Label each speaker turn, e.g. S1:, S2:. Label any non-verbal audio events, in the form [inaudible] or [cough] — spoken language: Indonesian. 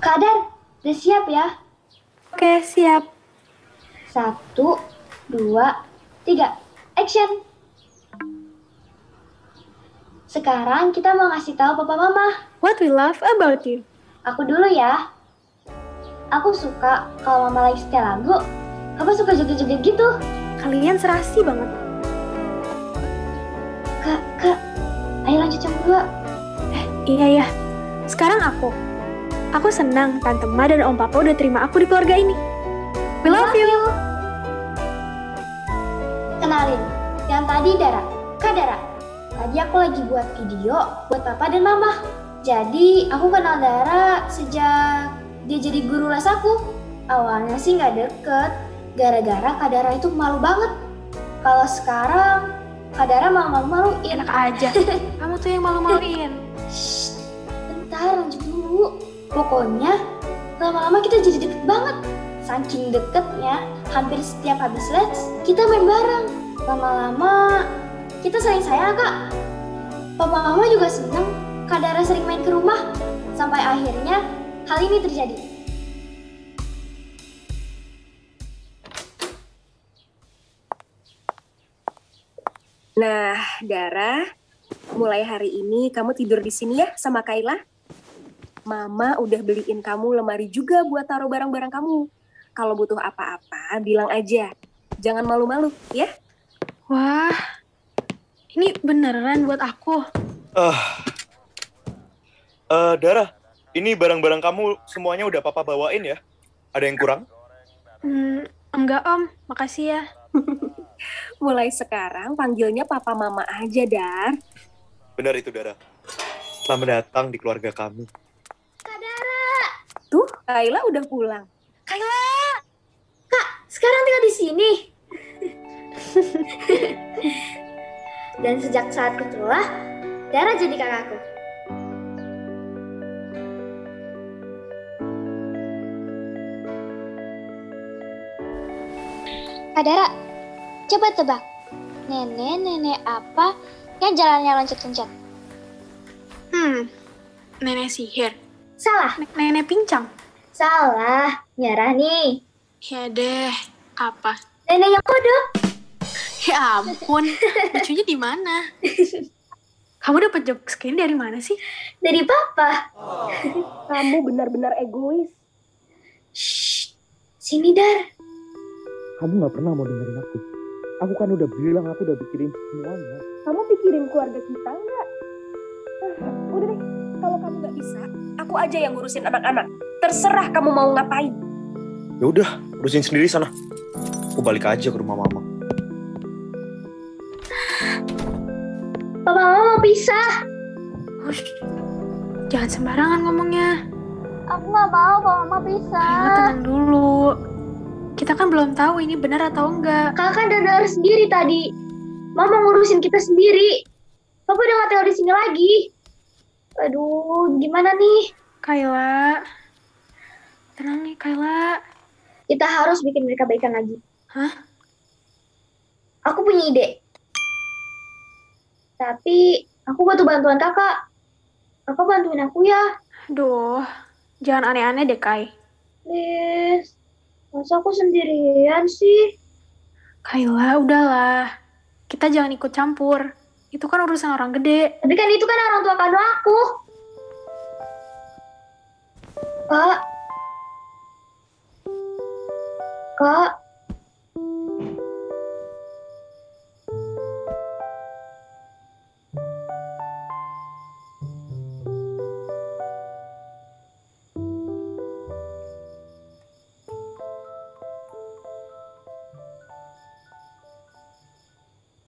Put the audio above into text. S1: Kak Dar, udah siap ya?
S2: Oke, siap.
S1: Satu, dua, tiga, action! Sekarang kita mau ngasih tahu papa mama.
S2: What we love about you.
S1: Aku dulu ya. Aku suka kalau mama lagi setel lagu, papa suka joget-joget gitu.
S2: Kalian serasi banget.
S1: Kak, kak, ayo lanjut yang kedua.
S2: Iya ya. Sekarang aku. Aku senang Tante Ma dan Om Papa udah terima aku di keluarga ini. We love you.
S1: Kenalin, yang tadi Dara. Kak Dara, tadi aku lagi buat video buat papa dan mama. Jadi aku kenal Dara sejak dia jadi guru les aku. Awalnya sih nggak deket, gara-gara Kak Dara itu malu banget. Kalau sekarang, Kak Dara iya, malu-maluin.
S2: Enak aja. [laughs] Kamu tuh yang malu-maluin.
S1: Shh, bentar lanjut dulu. Pokoknya lama-lama kita jadi deket banget. Saking deketnya, hampir setiap habis les kita main bareng. Lama-lama kita saling sayang kak. Papa mama juga seneng Kak Dara sering main ke rumah. Sampai akhirnya hal ini terjadi.
S3: Nah, Dara, mulai hari ini kamu tidur di sini ya sama Kaila. Mama udah beliin kamu lemari juga buat taruh barang-barang kamu. Kalau butuh apa-apa, bilang aja. Jangan malu-malu, ya.
S2: Wah, ini beneran buat aku.
S4: Ah. Eh, Dara, ini barang-barang kamu semuanya udah papa bawain ya? Ada yang kurang?
S2: Hmm, enggak om, makasih ya.
S3: Mulai sekarang panggilnya papa mama aja, Dar.
S4: Benar itu, Dara. Selamat datang di keluarga kamu.
S3: Tuh, Kaila udah pulang.
S1: Sekarang tinggal di sini. Dan sejak saat itulah Dara jadi kakakku. Kak Dara, coba tebak. Nenek-nenek apa yang jalannya loncat-loncat?
S2: Hmm, nenek sihir.
S1: Salah,
S2: Nek- Nenek pincang.
S1: salah. Nyerah nih.
S2: Ya deh, apa?
S1: Nenek yang bodoh.
S2: Ya [laughs] ampun, lucunya di mana? Kamu dapat jokes kayaknya dari mana sih?
S1: Dari papa.
S3: Kamu benar-benar egois.
S1: Shh, sini Dar.
S5: Kamu gak pernah mau dengerin aku. Aku kan udah bilang, aku udah pikirin semuanya.
S3: Kamu pikirin keluarga kita nggak? Ah, udah deh, kalau kamu nggak bisa, aku aja yang ngurusin anak-anak. Terserah kamu mau ngapain.
S4: Ya udah, urusin sendiri sana. Aku balik aja ke rumah mama.
S1: Papa mama mau pisah.
S2: Hush, jangan sembarangan ngomongnya.
S1: Aku nggak mau papa mama pisah.
S2: Kayla tenang dulu. Kita kan belum tahu ini benar atau enggak.
S1: Kakak dan Dar sendiri tadi. Mama ngurusin kita sendiri. Papa udah nggak tinggal di sini lagi. Aduh, gimana nih?
S2: Kayla. Tenang nih, Kayla.
S1: Kita harus bikin mereka baikan lagi.
S2: Hah?
S1: Aku punya ide. Tapi aku butuh bantuan kakak. Kakak bantuin aku ya,
S2: Aduh, jangan aneh-aneh deh, Kai.
S1: please. Masa aku sendirian sih?
S2: Kayla, udahlah. Kita jangan ikut campur. Itu kan urusan orang gede.
S1: Tapi kan itu kan orang tua kandung aku. Kak. Kak.